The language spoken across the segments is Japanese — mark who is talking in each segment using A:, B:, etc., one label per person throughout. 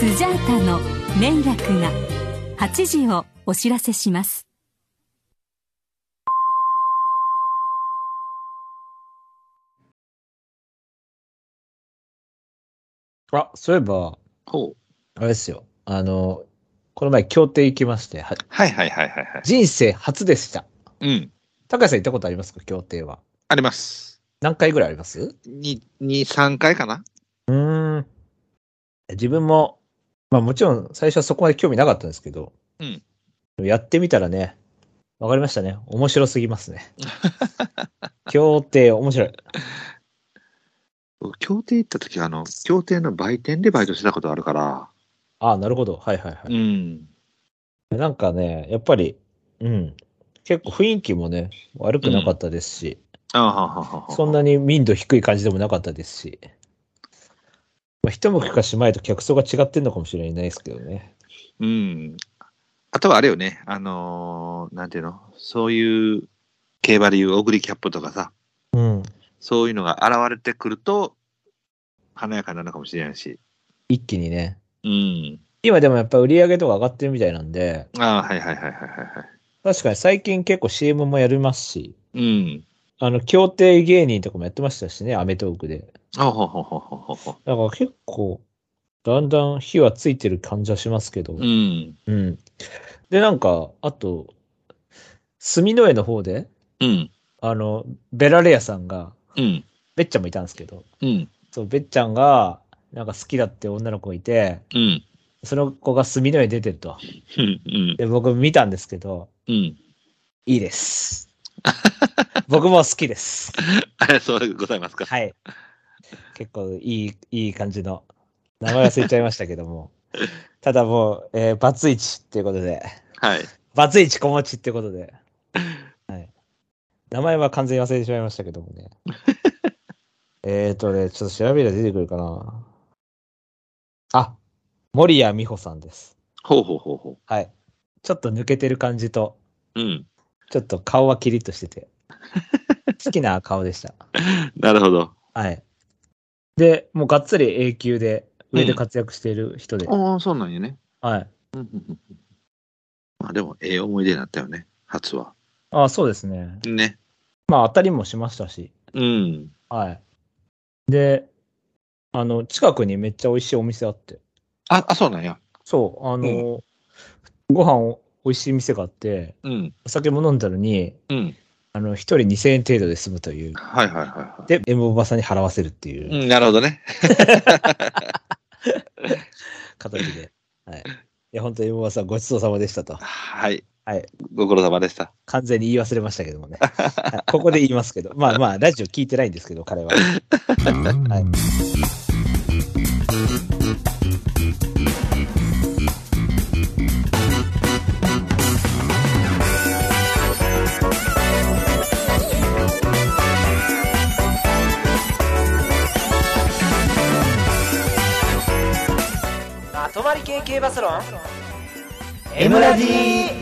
A: スジャータの年略が8時をお知らせします
B: あ、そういえば、
C: ほう。
B: あれですよ。あの、この前、協定行きまして、は
C: はいはいはいはいは
B: 人生初でした。
C: い。うん。
B: 高橋さん行ったことありますか協定は。
C: あります。
B: 何回ぐらいあります
C: に、に、3回かな
B: うーん。自分も、まあもちろん最初はそこまで興味なかったんですけど、
C: うん
B: やってみたらね、わかりましたね。面白すぎますね。 協定面白い。
C: 僕協定行った時あの、協定の売店でバイトしてたことあるから。
B: ああ、なるほど。はいはいはい。
C: ん。
B: なんかね、やっぱり、うん。結構雰囲気もね、悪くなかったですし、
C: ああ、はあはあはあ。
B: そんなに民度低い感じでもなかったですし、まあ、一昔かしまえと客層が違ってんのかもしれないですけどね。
C: うん。あとはあれよね、あのーなんていうの、そういう、競馬でいうオグリキャップとかさ、
B: うん。
C: そういうのが現れてくると、華やかになるのかもしれないし。
B: 一気にね。
C: うん。
B: 今でもやっぱ売り上げとか上がってるみたいなんで、
C: ああ、はいはいはいはいはいはい。
B: 確かに最近結構 CM もやりますし、
C: うん。
B: あの、協定芸人とかもやってましたしね、アメトークで。
C: ほうほうほうほうほうほうほう。
B: だから結構、だんだん火はついてる感じはしますけど。
C: うん。
B: うん。で、なんか、あと、住之江の方で、
C: うん。
B: あの、ベラレアさんが、
C: うん。
B: べっちゃんもいたんですけど、
C: うん。
B: そう、べっちゃんが、なんか好きだって女の子がいて、
C: うん。
B: その子が住之江出てると。
C: うん。うん。
B: で、僕見たんですけど、
C: うん。
B: いいです。僕も好きです。
C: あれ、 そうでございますか。
B: はい。結構いい、いい感じの。名前忘れちゃいましたけども。ただもう、えーバツイチっていうことで、
C: はい。
B: バツイチ小持ちっていうことで。はい。名前は完全に忘れてしまいましたけどもね。えーとね、ちょっと調べれば出てくるかな。あ、森谷美穂さんです。
C: ほうほうほうほ
B: はい。ちょっと抜けてる感じと、
C: う。うん。
B: ちょっと顔はキリッとしてて、好きな顔でした。
C: なるほど。
B: はい。で、もうがっつり A 級で、上で活躍している人で。
C: ああ、そうなんよね。
B: はい。
C: うんうんうんまあでも、ええ思い出になったよね、初は。
B: あそうですね。
C: ね。
B: まあ、当たりもしましたし。
C: うん。
B: はい。で、あの、近くにめっちゃ美味しいお店あって。
C: あ、あそうなんや。
B: そう、あの、ご飯を美味しい店があって、
C: うん。
B: お酒も飲んだのに、
C: うん。
B: あの、一人2000円程度で済むという。
C: はいはいはいは
B: で、M おばさんに払わせるってい
C: い。
B: う
C: うん、なるほどね。
B: 形で。はい。いや、本当に M おばさんごちそうさまでしたと。
C: はい。
B: はい。
C: ご苦労様でした。
B: 完全に言い忘れましたけどもね。はいここで言いますけど、まあまあ、ラジオ聞いてないんですけど、彼は。はい、
D: まとまり系系バスロン
B: M ラジ
C: は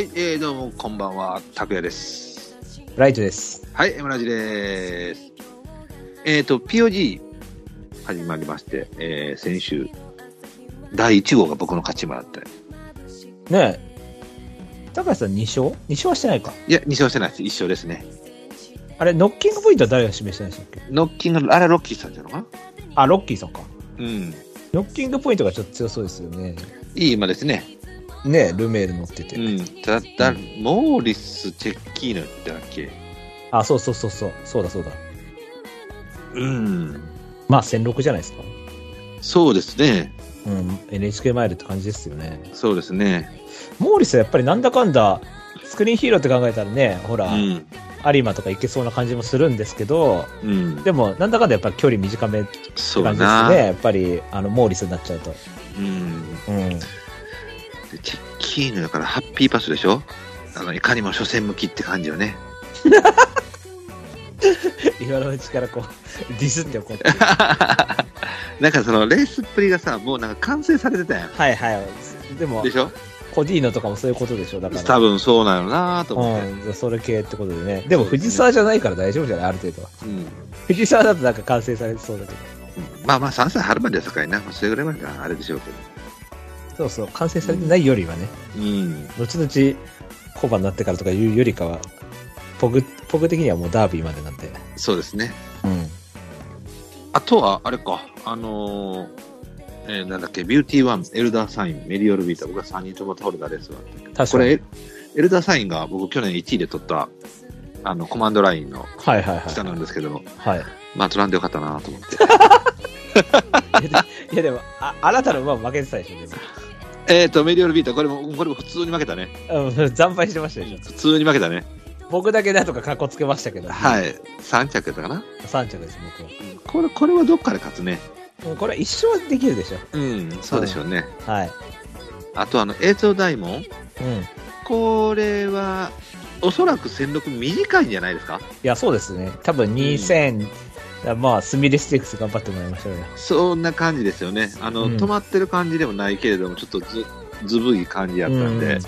C: い、えー、どうも、こんばんは、拓也です。
B: ライトです。
C: はい、エムラジです。えっ、と、POG 始まりまして、えー、先週、第1号が僕の勝ちもあって、
B: ねえ。高橋さん2勝 ?2 勝はしてないか。
C: いや、2勝してないです。1勝ですね。
B: あれ、ノッキングポイントは誰が示してないんでしたっけ
C: ノッキング、あれ、ロッキーさんじゃのかな
B: あ、ロッキーさんか。
C: うん。
B: ノッキングポイントがちょっと強そうですよね。
C: いい馬ですね。
B: ねえ、ルメール乗ってて。
C: うん。ただ、モーリス・チェッキーノってだっけ
B: あ、そうそうそうそう。そうだそうだ。
C: うん。
B: まあ、1006じゃないですか。
C: そうですね。
B: うん、NHK マイルって感じですよね。
C: そうですね。
B: モーリスはやっぱりなんだかんだ、スクリーンヒーローって考えたらね、ほ
C: う
B: ら、
C: ん。
B: 有馬とか行けそうな感じもするんですけど、
C: うん。
B: でも、なんだかんだやっぱり距離短めって
C: そう
B: 感
C: だ
B: じですね。
C: な。
B: やっぱり、あの、モーリスになっちゃうと。
C: うん。
B: うん。
C: でチェッキーノだからハッピーパスでしょあの、いかにも初戦向きって感じよね。
B: 今のうちからこう、ディスって怒って。
C: なんかそのレースっぷりがさ、もうなんか完成されてたやん。
B: はいはい。でも
C: で、しょ
B: コディーノとかもそういうことでしょ、だから。
C: 多分そうなのなと思って。
B: うん、それ系ってことでね。でも、藤沢じゃないから大丈夫じゃないある程度は。
C: うん。
B: 藤沢だとなんか完成されそうだけど。
C: うんまあまあ、3歳春までやさかいな。まあそれぐらいまではあれでしょうけど。
B: そうそう、完成されてないよりはね、
C: うん。
B: 後々、コバになってからとかいうよりかは、ポグ、ポグ的にはもうダービーまでなんで。
C: そうですね。
B: うん。
C: あとは、あれか、あのーえーなんだっけ、ビューティーワン、エルダーサイン、メリオルビータ、僕は3人とも倒れたレースは。
B: 確
C: こ
B: か
C: れ、エ
B: に。
C: ルエルダーサインが僕去年1位で取った、あの、コマンドラインの
B: はいはい
C: 下な
B: は
C: んですけども、
B: い。 はい。
C: まあ、取らんでよかったなと思って。
B: いやでも、あ、あなたの馬は負けてたでしょ、
C: えっと、メリオルビータ、これも、これも普通に負けたね。
B: でも。うん、惨敗してましたでしょ。
C: 普通に負けたね。
B: 僕だけなんとか格好つけましたけど、。
C: はいい。3着やったかな。
B: 3着です、僕は。
C: これ、これはどっかで勝つね。
B: うんこれは一生はできるでしょ。
C: うん、そうでしょうね。
B: はい。
C: あと、あの、映像大門。
B: うん。い
C: これは、おそらく戦力短いんじゃないですか
B: や、そうですね。多分2000、まあ、スミレステークス頑張ってもらいましょうよ。
C: そんな感じですよね。あの、
B: うん
C: 止まってる感じでもないけれども、ちょっとず、ずぶい感じやったんで、
B: うん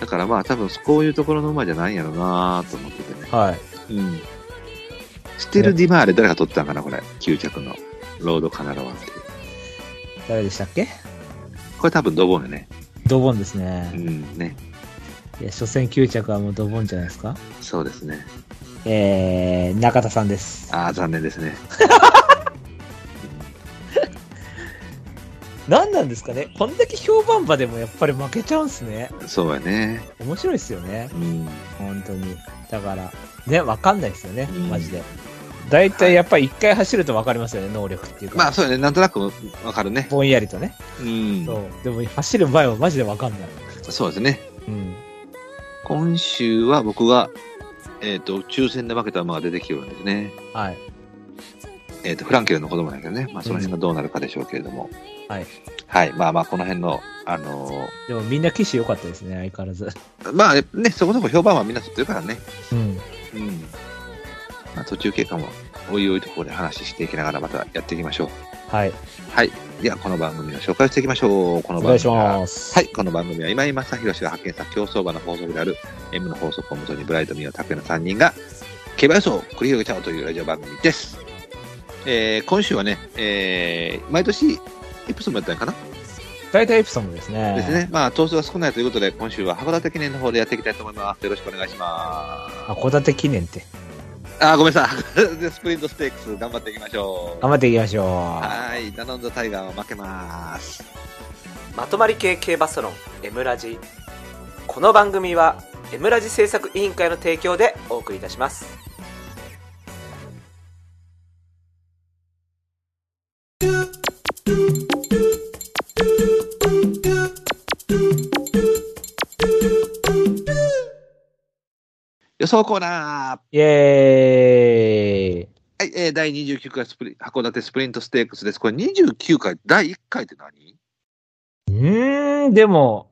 C: だからまあ多分こういうところの馬じゃないんやろうなと思っててね。
B: はい。
C: うん。ステルディマーレ誰が取ったんかな、これ。9着のロードカナロワっていう。
B: 誰でしたっけ
C: これ多分ドボンよね。
B: ドボンです
C: う
B: ね。
C: ん、ね。
B: いや、初戦9着はもうドボンじゃないですか。
C: そうですね。
B: えー、中田さんです。
C: ああ、残念です ね。
B: 何なんですかねこんだけ評判馬でもやっぱり負けちゃうんすね。
C: そうやね。
B: 面白いですよね。
C: うん。
B: 本当に。だから、ね、わかんないですよね
C: うん。
B: マジで。大体やっぱり一回走るとわかりますよね、能力っていうか。
C: まあそうやね。なんとなくわかるね。
B: ぼんやりとね。
C: うん。
B: そう。でも走る前はマジでわかんない。
C: そうですね。
B: うん。
C: 今週は僕が、えっ、と、抽選で負けた馬が出てきてるんですね。
B: はい。
C: えっ、と、フランケルの子供だけどね。まあ、その辺がどうなるかでしょうけれども。
B: はい。
C: はい。まあまあ、この辺の、あの
B: でもみんな騎士良かったですね、相変わらず。
C: ーまあね、そこそこ評判はみんな知ってるからね。
B: うん。
C: うん。まあ、途中経過も、おいおいところで話していきながらまたやっていきましょう。
B: はい。
C: はい。では、この番組の紹介をしていきましょう。この
B: お
C: 番組は
B: 願いします。
C: はい、この番組は今井正弘氏が発見した競走馬の法則である M の法則をもとにブライトミオタクの3人が競馬予想を繰り広げちゃおうというラジオ番組です。えー今週はね、えー毎年エプソムやったのかな、
B: 大体エプソムですね。
C: です。ね。まあ、頭数が少ないということで、今週は函館記念の方でやっていきたいと思います。よろしくお願いします。
B: 函館記念って。
C: あー、ごめんなさい。 函館スプリントステークス頑張っていきましょう。
B: 頑張っていきましょう。
C: はい、ダノンザタイガーは負けます。
D: まとまり系系バスロン「エムラジ」この番組は「エムラジ」制作委員会の提供でお送りいたします
C: 予想コーナー
B: イエーイ。
C: はい、えー、第29回スプリ函館スプリントステークスです。これ29回、第1回って何
B: うーん、でも、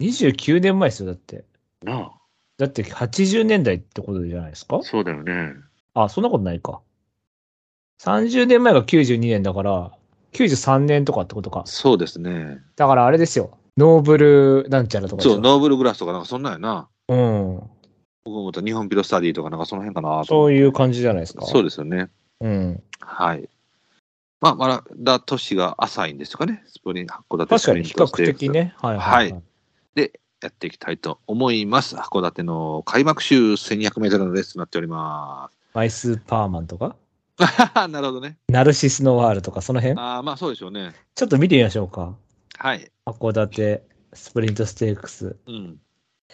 B: 29年前ですよ、だって。
C: な
B: だって80年代ってことじゃないですか
C: あ、そうだよね。
B: あ、そんなことないか。30年前が92年だから、93年とかってことか。
C: そうですね。
B: だからあれですよ。ノーブルなんちゃらとかですよ
C: そう、ノーブルグラスとかなんかそんなんやな。
B: うん。
C: 僕思った日本ピロスタディとかなんかその辺かなと
B: そ
C: 思っ
B: ういう感じじゃないです
C: て
B: か。
C: そうですよね。
B: うん。
C: はい。まあ、まだ年が浅いんですかね。スプリン函館
B: 確
C: スプ
B: か
C: リ
B: に
C: ン
B: 比
C: ト
B: 較
C: ステークス。
B: 的ね。はいはい、
C: は
B: はいい。
C: やっていきたいと思います。函館の開幕週1200メートルのレースとなっておりま
B: マイスーパーマンとか、
C: す。なるほどね。
B: ナルシスノワールとか、その辺
C: ああ、まあそうでしょうね。
B: ちょっと見てみましょうか。
C: はい。
B: 函館スプリントステークス、
C: うん。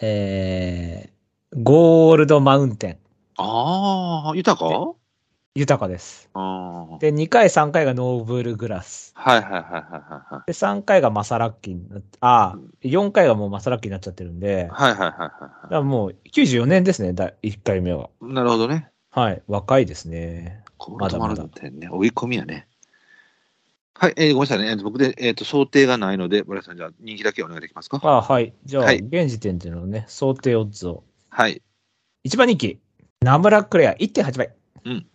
B: えー、ゴールドマウンテン、
C: ああ、豊かあ
B: 豊かです。
C: あー。
B: で、2回、3回がノーブルグラス。
C: はいはいはいはいはい
B: で、3回がマサラッキになっあー、4回がもうマサラッキになっちゃってるんで、だか
C: はい。はいはいはいは
B: らもう94年ですね、第1回目は。
C: い。なるほどね。
B: はい、若いですね。
C: こう
B: まだまだ
C: 止まる点ね。追い込みやね。はい、えーごめんなさいね。えーと僕で、えっ、と、想定がないので、村井さん、じゃあ、人気だけお願いできますか。
B: あーはい。じゃあ、
C: はい
B: 現時点でのね、想定オッズを。
C: はい。
B: 1番人気、ナムラクレア1.8倍。
C: うん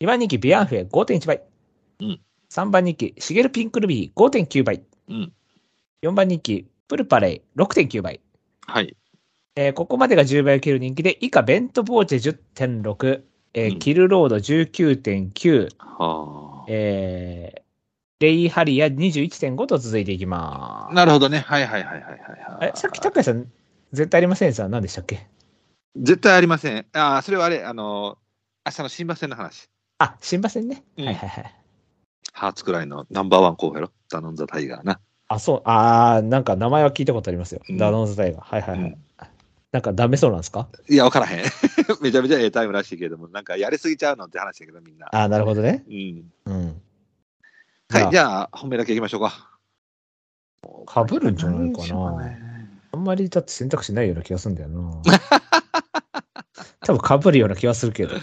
B: 2番人気、ビアンフェ5.1倍。
C: うん
B: 3番人気、シゲルピンクルビー5.9倍。
C: うん。
B: 4番人気、プルパレイ6.9倍。
C: はい。
B: えーここまでが10倍を切る人気で、以下、ベントボーチェ10.6、えー
C: うん
B: キルロード19.9、
C: は
B: えー、レイハリア21.5と続いていきま
C: なるほどね。はいはいはいはいはい、は
B: す。え
C: い。
B: さっき、高橋さん、絶対ありませんでした何でしたっけ
C: 絶対ありません。ああ、それはあれ、あのー、明日の新馬戦の話。
B: あ、新馬戦ね。
C: うん
B: はいはいはい。
C: ハーツくらいのナンバーワン候補やろ。ダノンザタイガーな。
B: あ、そう、あー、なんか名前は聞いたことありますよ。
C: うん
B: ダノンズタイガー。はいはいはい。
C: う
B: なんかダメそうなんですか
C: いや、わからへん。 めちゃめちゃええタイムらしいけれども、なんかやりすぎちゃうのって話だけど、みんな。
B: あー、なるほどね。
C: うん。
B: うん。
C: はい、じ
B: ゃ
C: ゃあ、本命だけいきましょうか。
B: あ、被るんじゃないかな。あんまりだって選択肢ないような気がするんだよな。 多分被るような気はするけど。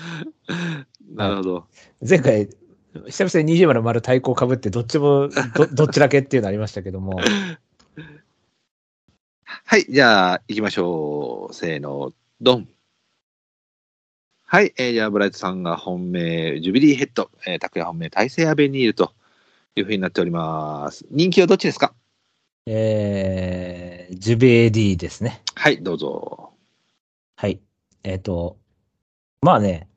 C: なるほど。
B: 前回、久々に20丸丸対抗被って、どっちもど、どっちだけっていうのありましたけども。
C: はい、じゃあ、行きましょう。せーの、ドン。はい、えーじゃあ、ブライトさんが本命、ジュビリーヘッド、えー、拓也本命、大西アベニールというふうになっております。人気はどっちですか
B: えー、ジュベエディですね。
C: はい、どうぞ。
B: はい。えっ、と、まあね、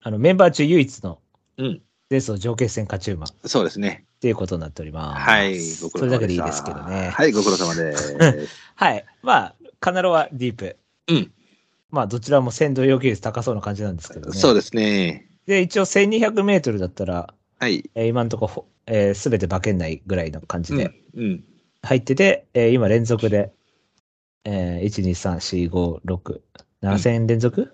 B: あの、メンバー中唯一の、
C: うん
B: レースを上決戦勝ち馬っ
C: そうですね。
B: ていうことになっております。
C: はい、ご
B: そ
C: 苦労様
B: れだけ
C: で
B: でい
C: し
B: い
C: た
B: ですけどね。
C: はい、ご苦労様 です。
B: はい。まあ、カナロはディープ。
C: うん。
B: まあ、どちらも先導要求率高そうな感じなんですけどね。
C: そうですね。
B: で、一応1200メートルだったら、
C: はい。
B: えー今のところ、えー、すべて馬券内ぐらいの感じ
C: う
B: で、
C: ん。うん。
B: 入ってて、えー今連続で、えー、1、2、3、4、5、6、7000連続、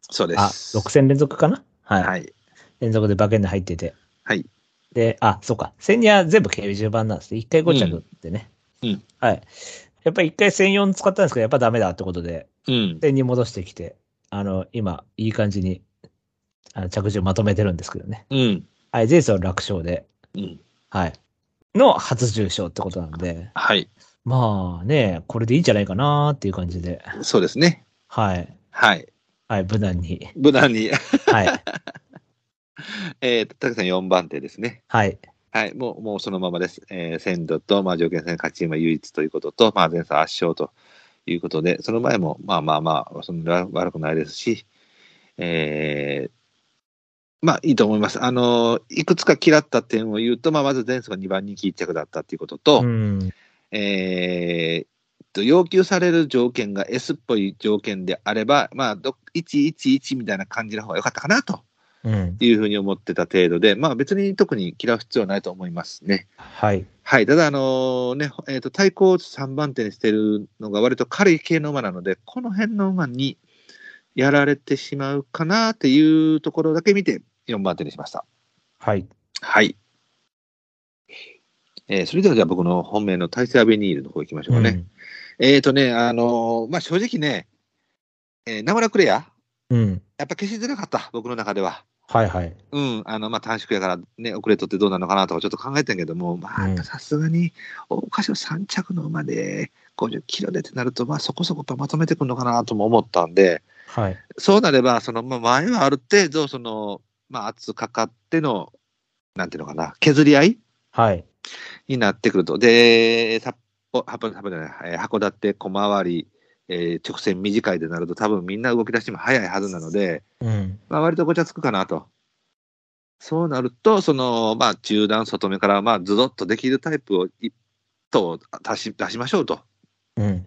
C: そうで
B: あ、
C: す。
B: 6000連続かなはい。
C: はい。
B: 連続で馬券内入ってて。
C: はい。
B: で、あ、そうか。1000には全部軽10番なんですね。1回5着ってね。
C: うんうん
B: はい。やっぱり1回1004使ったんですけど、やっぱダメだってことで、
C: うん。
B: 1000に戻してきて、あの、今、いい感じに、あの着順まとめてるんですけどね。
C: うん。
B: はい、ゼイスは楽勝で、
C: うん。
B: はい。の初重賞ってことなんで、
C: はい。
B: まあね、これでいいんじゃないかなっていう感じで、
C: そうですね。
B: はい。
C: はい。
B: はい、無難に。
C: 無難に、
B: はい。
C: えー、たくさん4番手ですね。
B: はい。
C: はい、もう、もうそのままです。えー、鮮度と、まあ、条件戦勝ち今唯一ということと、まあ、前走圧勝ということで、その前も、まあまあまあ、そんな悪くないですし、えー、まあ、いいと思います。あのー、いくつか嫌った点を言うと、まあ、まず前走が2番人気1着だったということと、
B: うん。
C: えーっと、要求される条件が S っぽい条件であれば、まあ、ど111みたいな感じの方が良かったかなと
B: うん。
C: いうふうに思ってた程度で、まあ、別に特に嫌う必要はないと思いますね。
B: はい。
C: はい、ただ、あのね、えーと、対抗を3番手にしてるのが割と軽い系の馬なので、この辺の馬にやられてしまうかなっていうところだけ見て、4番手にしました。
B: はい。
C: はい。えーそれではじゃあ僕の本命の大勢アベニールの方行きましょうかね。えーとね、あのまあ、正直ね、えー、名村クレア、や
B: うん。うん。
C: っぱ消しづらかった、僕の中では。
B: はいはい。
C: うん、あの、まあ、短縮やからね、遅れとってどうなのかなとかちょっと考えてんけども、まあ、
B: うん
C: やっぱさすがに、大箇所3着の馬で、50キロでってなると、まあ、そこそこやっぱまとめてくるのかなとも思ったんで、
B: はい。
C: そうなれば、その、まあ、前はある程度、その、まあ、圧かかっての、なんていうのかな、削り合い
B: はい。
C: になってくると。で、札幌、札幌札幌じゃない、えー函館、小回り、えー直線短いでなると、多分みんな動き出しても早いはずなので、
B: うん。
C: まあ、割とごちゃつくかなと。そうなると、その、まあ、中段、外目から、まあ、ズドッとできるタイプを一頭出し、出しましょうと。
B: うん。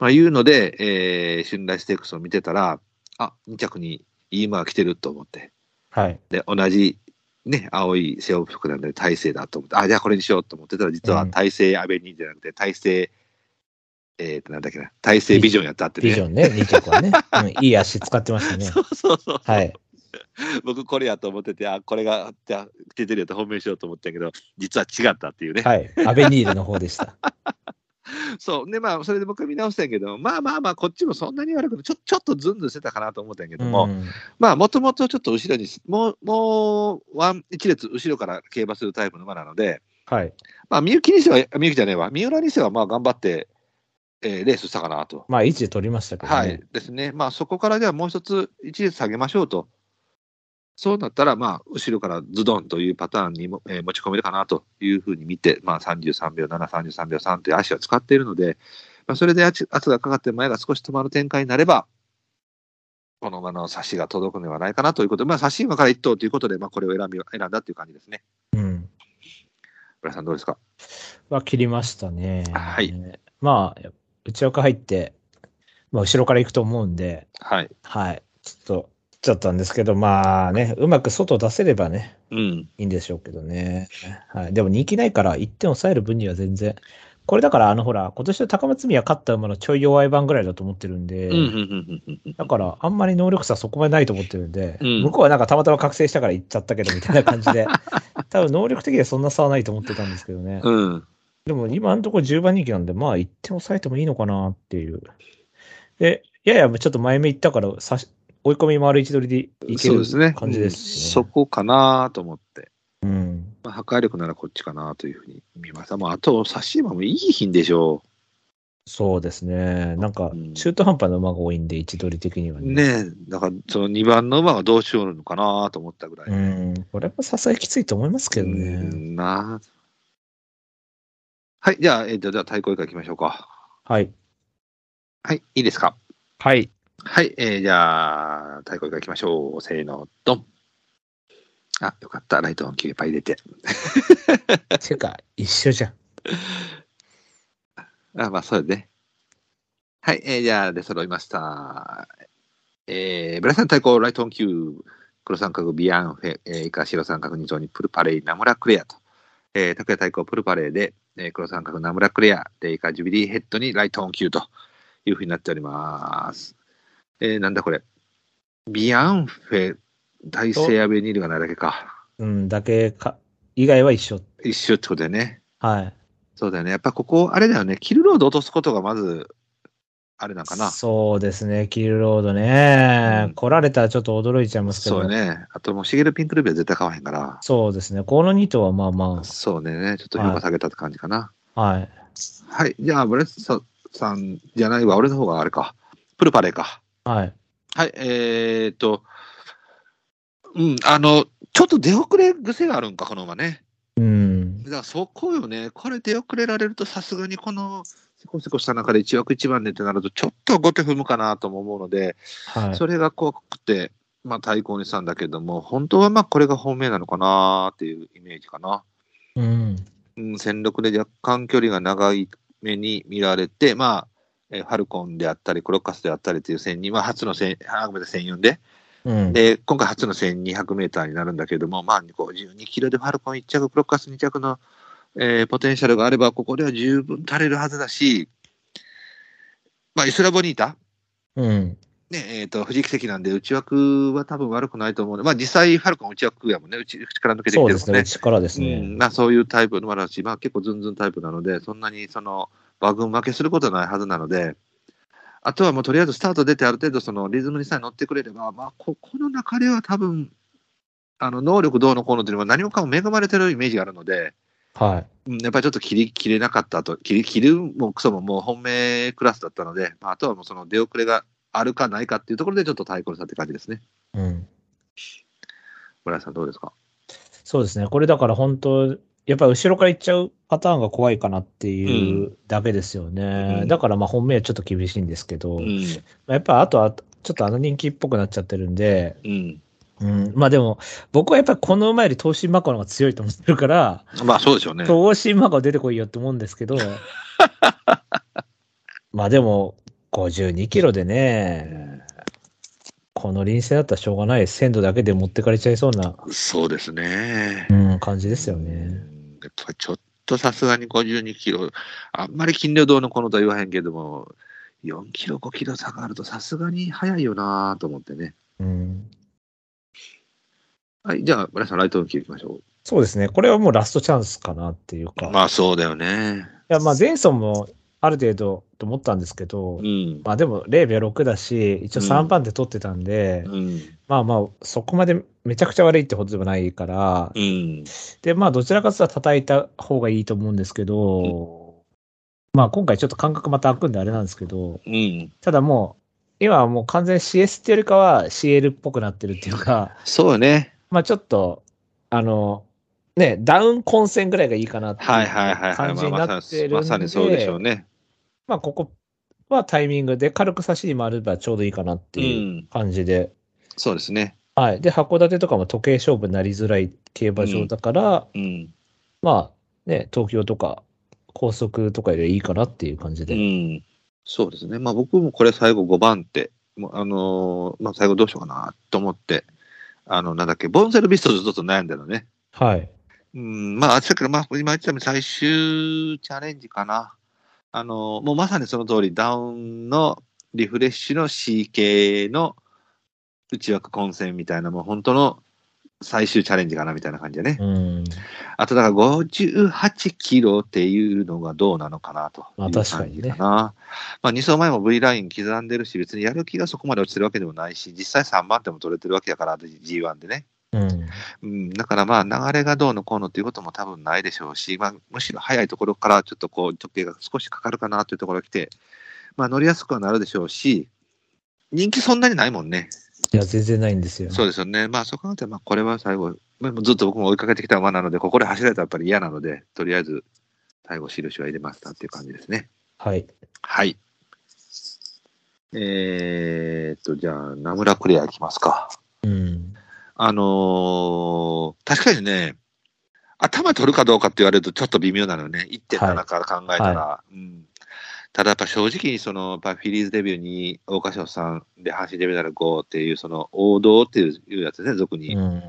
C: まあ、いうので、えー、信頼ステークスを見てたら、あ、2着にいい馬が来てると思って。
B: はい。
C: で、同じ、ね、青い背負服なんで体勢だと思って、あ、じゃあこれにしようと思ってたら、実は
B: うん
C: 体勢アベニーじゃなくて、体勢、えーと、なんだっけな、体勢ビジョンやったってね。
B: ビジョンね、2着はね。うん。いい足使ってましたね。
C: そうそうそう。
B: はい。
C: 僕これやと思ってて、あ、これが、じゃあ出てるやと本命しようと思ったけど、実は違ったっていうね。
B: はい。アベニールの方でした。
C: そう。で、まあ、それで僕見直したんやけど、まあまあまあ、こっちもそんなに悪くないちょ、ちょっとズンズンしてたかなと思ったんやけ
B: う
C: ど
B: ん。
C: も、
B: は
C: まあ、もともとちょっと後ろに、もう、もう、ワン、一列後ろから競馬するタイプの馬なので、
B: い。
C: まあ、みゆきにせは、みゆきじゃねえわ、三浦にせは、まあ、頑張って、えーレースしたかなと。
B: まあ、位置で取りましたけどね。
C: はい。ですね。まあ、そこからじゃあもう一つ、一列下げましょうと。そうなったら、まあ、後ろからズドンというパターンにも、えー持ち込めるかなというふうに見て、まあ、33秒7、33秒3という足を使っているので、まあ、それで圧圧がかかって前が少し止まる展開になれば、この馬の差しが届くのではないかなということで、まあ、差し馬から1頭ということで、まあ、これを選び選んだという感じですね。
B: うん。
C: 村井さん、どうですか
B: は切りましたね。
C: はい。
B: まあ、内枠入って、まあ、後ろから行くと思うんで、
C: はい。
B: はい。ちょっと、ちゃったんですけど、まあね、うまく外出せればね、
C: うん。
B: いいんでしょうけどね。はい。でも人気ないから、1点抑える分には全然。これだから、あの、ほら、今年の高松宮勝った馬のちょい弱い版ぐらいだと思ってるんで、
C: うん、うん、うん、うんうん。
B: だから、あんまり能力差そこまでないと思ってるんで、
C: うん
B: 向こうはなんかたまたま覚醒したから行っちゃったけど、みたいな感じで、 多分能力的にはそんな差はないと思ってたんですけどね。
C: うん。
B: でも今のところ10番人気なんで、まあ1点抑えてもいいのかなっていう。で、ややちょっと前目行ったから差し、追い込み丸一取りでいけ
C: そうですね
B: る。感じですし
C: うんそこかなと思って。
B: ね。うん。
C: まあ、破壊力ならこっちかなというふうに見ました。まあ、あと、差し馬もいい品でしょ
B: そうですね。なんか
C: うん、
B: 中途半端な馬が多いんで、位置取り的には
C: う。
B: ね。
C: ねえ、だから、その2番の馬がどうしようのかなと思ったぐらい。
B: うん。これもさすがにきついと思いますけど
C: う
B: ね。
C: んなあはい、じゃあ、えっと、では対抗以下行きましょうか。
B: はい。
C: はい、いいですか。
B: はい。
C: はい、えー、じゃあ、対抗以下行きましょう。せーの、ドン。あ、よかった。ライトの切れパ入れて。
B: てか、一緒じゃん。
C: あ、まあ、そうだね。はい、えー、じゃあ、出揃いました。えー、ブラさん対抗、ライトオン級、黒三角、ビアンフェ、えー、以下白三角二頭にプルパレイ、ナムラクレアと、えー、拓也対抗、プルパレイで、えー、黒三角、ナムラクレア、で、以下ジュビリーヘッドにライトオン級というふうになっております。えー、なんだこれ。ビアンフェ、大西アベニールがないだけか。
B: うん、だけか、以外は一緒。
C: 一緒ってことだよね。
B: はい。
C: そうだよね。やっぱここ、あれだよね。キルロード落とすことがまず、あれなんかな。
B: そうですね、キルロードね。
C: うん
B: 来られたらちょっと驚いちゃいますけ
C: そ
B: ど。
C: うよね。あともう、シゲルピンクルビは絶対買わへんから。
B: そうですね。この2頭はまあま
C: そうね。ちょっと評価下げたって感じかな。
B: あ、はい。
C: はい。じゃあ、ブレスさんじゃないわ。俺の方があれか。プルパレーか。
B: はい。
C: はい。えー、っと、うん、あの、ちょっと出遅れ癖があるんか、この馬ね。
B: うん。
C: だからそこよね。これ出遅れられると、さすがにこの、せこせこした中で1枠1番でってなると、ちょっと後手踏むかなとも思うので、
B: はい。
C: それが怖くて、まあ、対抗にしたんだけども、本当はまあこれが本命なのかなっていうイメージかな。
B: うん。
C: うん、戦力で若干距離が長い目に見られて、まあ、えーファルコンであったり、クロッカスであったりという戦に、まあ、初の戦、あ、ごめんなさい、戦4で、
B: うん。
C: で、今回初の1200メーターになるんだけども、まあ、52キロでファルコン1着、クロッカス2着の、えーポテンシャルがあれば、ここでは十分足れるはずだし、まあ、イスラボニータ
B: うん。
C: ね、えっ、と、藤木関なんで、内枠は多分悪くないと思うので、まあ実際、ファルコン内枠やもんね、内口から抜けてき
B: そ
C: て
B: うで
C: る
B: す
C: もんね
B: ね。。力ですね。
C: うん、まあそういうタイプのもあるし、まあ結構ズンズンタイプなので、そんなにその、馬群負けすることはないはずなので、あとはもうとりあえずスタート出てある程度そのリズムにさえ乗ってくれれば、まあここの中では多分、あの、能力どうのこうのというのは何もかも恵まれてるイメージがあるので、
B: はい。
C: うんやっぱりちょっと切り切れなかったと、切り切るもクソももう本命クラスだったので、まあ、あとはもうその出遅れがあるかないかっていうところでちょっと対抗したって感じですね。
B: うん。
C: 村井さんどうですか
B: そうですね。これだから本当、やっぱり後ろから行っちゃうパターンが怖いかなっていうだけですよね。
C: うん
B: だからまあ本命はちょっと厳しいんですけど、
C: う
B: ま
C: ん。
B: あやっぱあとは、ちょっとあの人気っぽくなっちゃってるんで、
C: うん。
B: うん、まあでも、僕はやっぱりこの馬より東進マコの方が強いと思ってるから、
C: まあそうでしょうね。
B: 東進マコ出てこいよって思うんですけ ど、まあでも、52キロでね、この臨戦だったらしょうがない、鮮度だけで持ってかれちゃいそうな、
C: そうですね
B: う。ん、感じで
C: です
B: よね。。
C: やっぱちょっとさすがに52キロ、あんまり金量どうのこうのとは言わへんけども、4キロ、5キロ差があるとさすがに早いよなと思ってね。
B: うん、
C: はい、じゃあ村井さんライトの切り行きましょ
B: そうですね、これはもうラストチャンスかなっていうか、
C: う。
B: い
C: まあそうだよね。
B: やまあ前走もある程度と思ったんですけど
C: う、ん。
B: まあでも0秒6だし、一応3番手取ってたんで、
C: うん。
B: まあまあ、そこまでめちゃくちゃ悪いってことでもないから、
C: うん。
B: で、まあ、どちらかというと叩いた方がいいと思うんですけど、まあ、今回ちょっと間隔また開くんであれなんですけど、
C: うん。
B: ただもう、今はもう完全に CS っていうよりかは CL っぽくなってるっていうか、
C: そうよね。
B: まあ、ちょっと、あの、ね、ダウン混戦ぐらいがいいかなっていう
C: はいはいはいはい。
B: 感じに
C: ま
B: な
C: あま
B: っ
C: さ
B: てるん
C: に
B: で、
C: まさにそうでしょうね。
B: まあ、ここ、はタイミングで軽く刺しに回ればちょうどいいかなっていう
C: うん。
B: 感じで。
C: そうですね。
B: はい。で、函館とかも時計勝負になりづらい競馬場だから、
C: うん。
B: まあ、ね、東京とか高速とかよりいいかなっていう感じ
C: う
B: で。
C: ん。そうですね。まあ僕もこれ最後5番手。もうあのーまあ最後どうしようかなと思って、あの、なんだっけ、ボンセルビストとちょっと悩んだのね。
B: はい。
C: うん、まあ、あっちだから、まあ、今言ってたように最終チャレンジかな。あの、もうまさにその通り、ダウンのリフレッシュの CK の内枠混戦みたいな、もう本当の最終チャレンジかなみたいな感じだね。
B: うん。
C: あと、だから58キロっていうのがどうなのかなと
B: まあ
C: いう
B: 確か
C: 感
B: に
C: じ
B: ね
C: かな。まあ、2走前も V ライン刻んでるし、別にやる気がそこまで落ちてるわけでもないし、実際3番手も取れてるわけだから、G1 でね。
B: うん。
C: うん、だからまあ流れがどうのこうのということも多分ないでしょうし、まあ、むしろ早いところからちょっとこう直径が少しかかるかなというところが来て、まあ、乗りやすくはなるでしょうし、人気そんなにないもんね。
B: いや、全然ないんですよ。
C: そうですよね。まあそう考えて、まあこれは最後、まあずっと僕も追いかけてきた馬なので、ここで走られたらやっぱり嫌なので、とりあえず最後印は入れましたっていう感じですね。
B: はい。
C: はい。えー、っと、じゃあ、名村クレアいきますか。
B: うん。
C: あのー確かにね、頭取るかどうかって言われるとちょっと微妙なのよね。
B: は
C: 1.7
B: い
C: から考えたら。うん、ただやっぱ正直にその、やっぱフィリーズデビューに大岡賞さんで阪神デビューなら5っていうその王道っていうやつですね、俗に。
B: うん。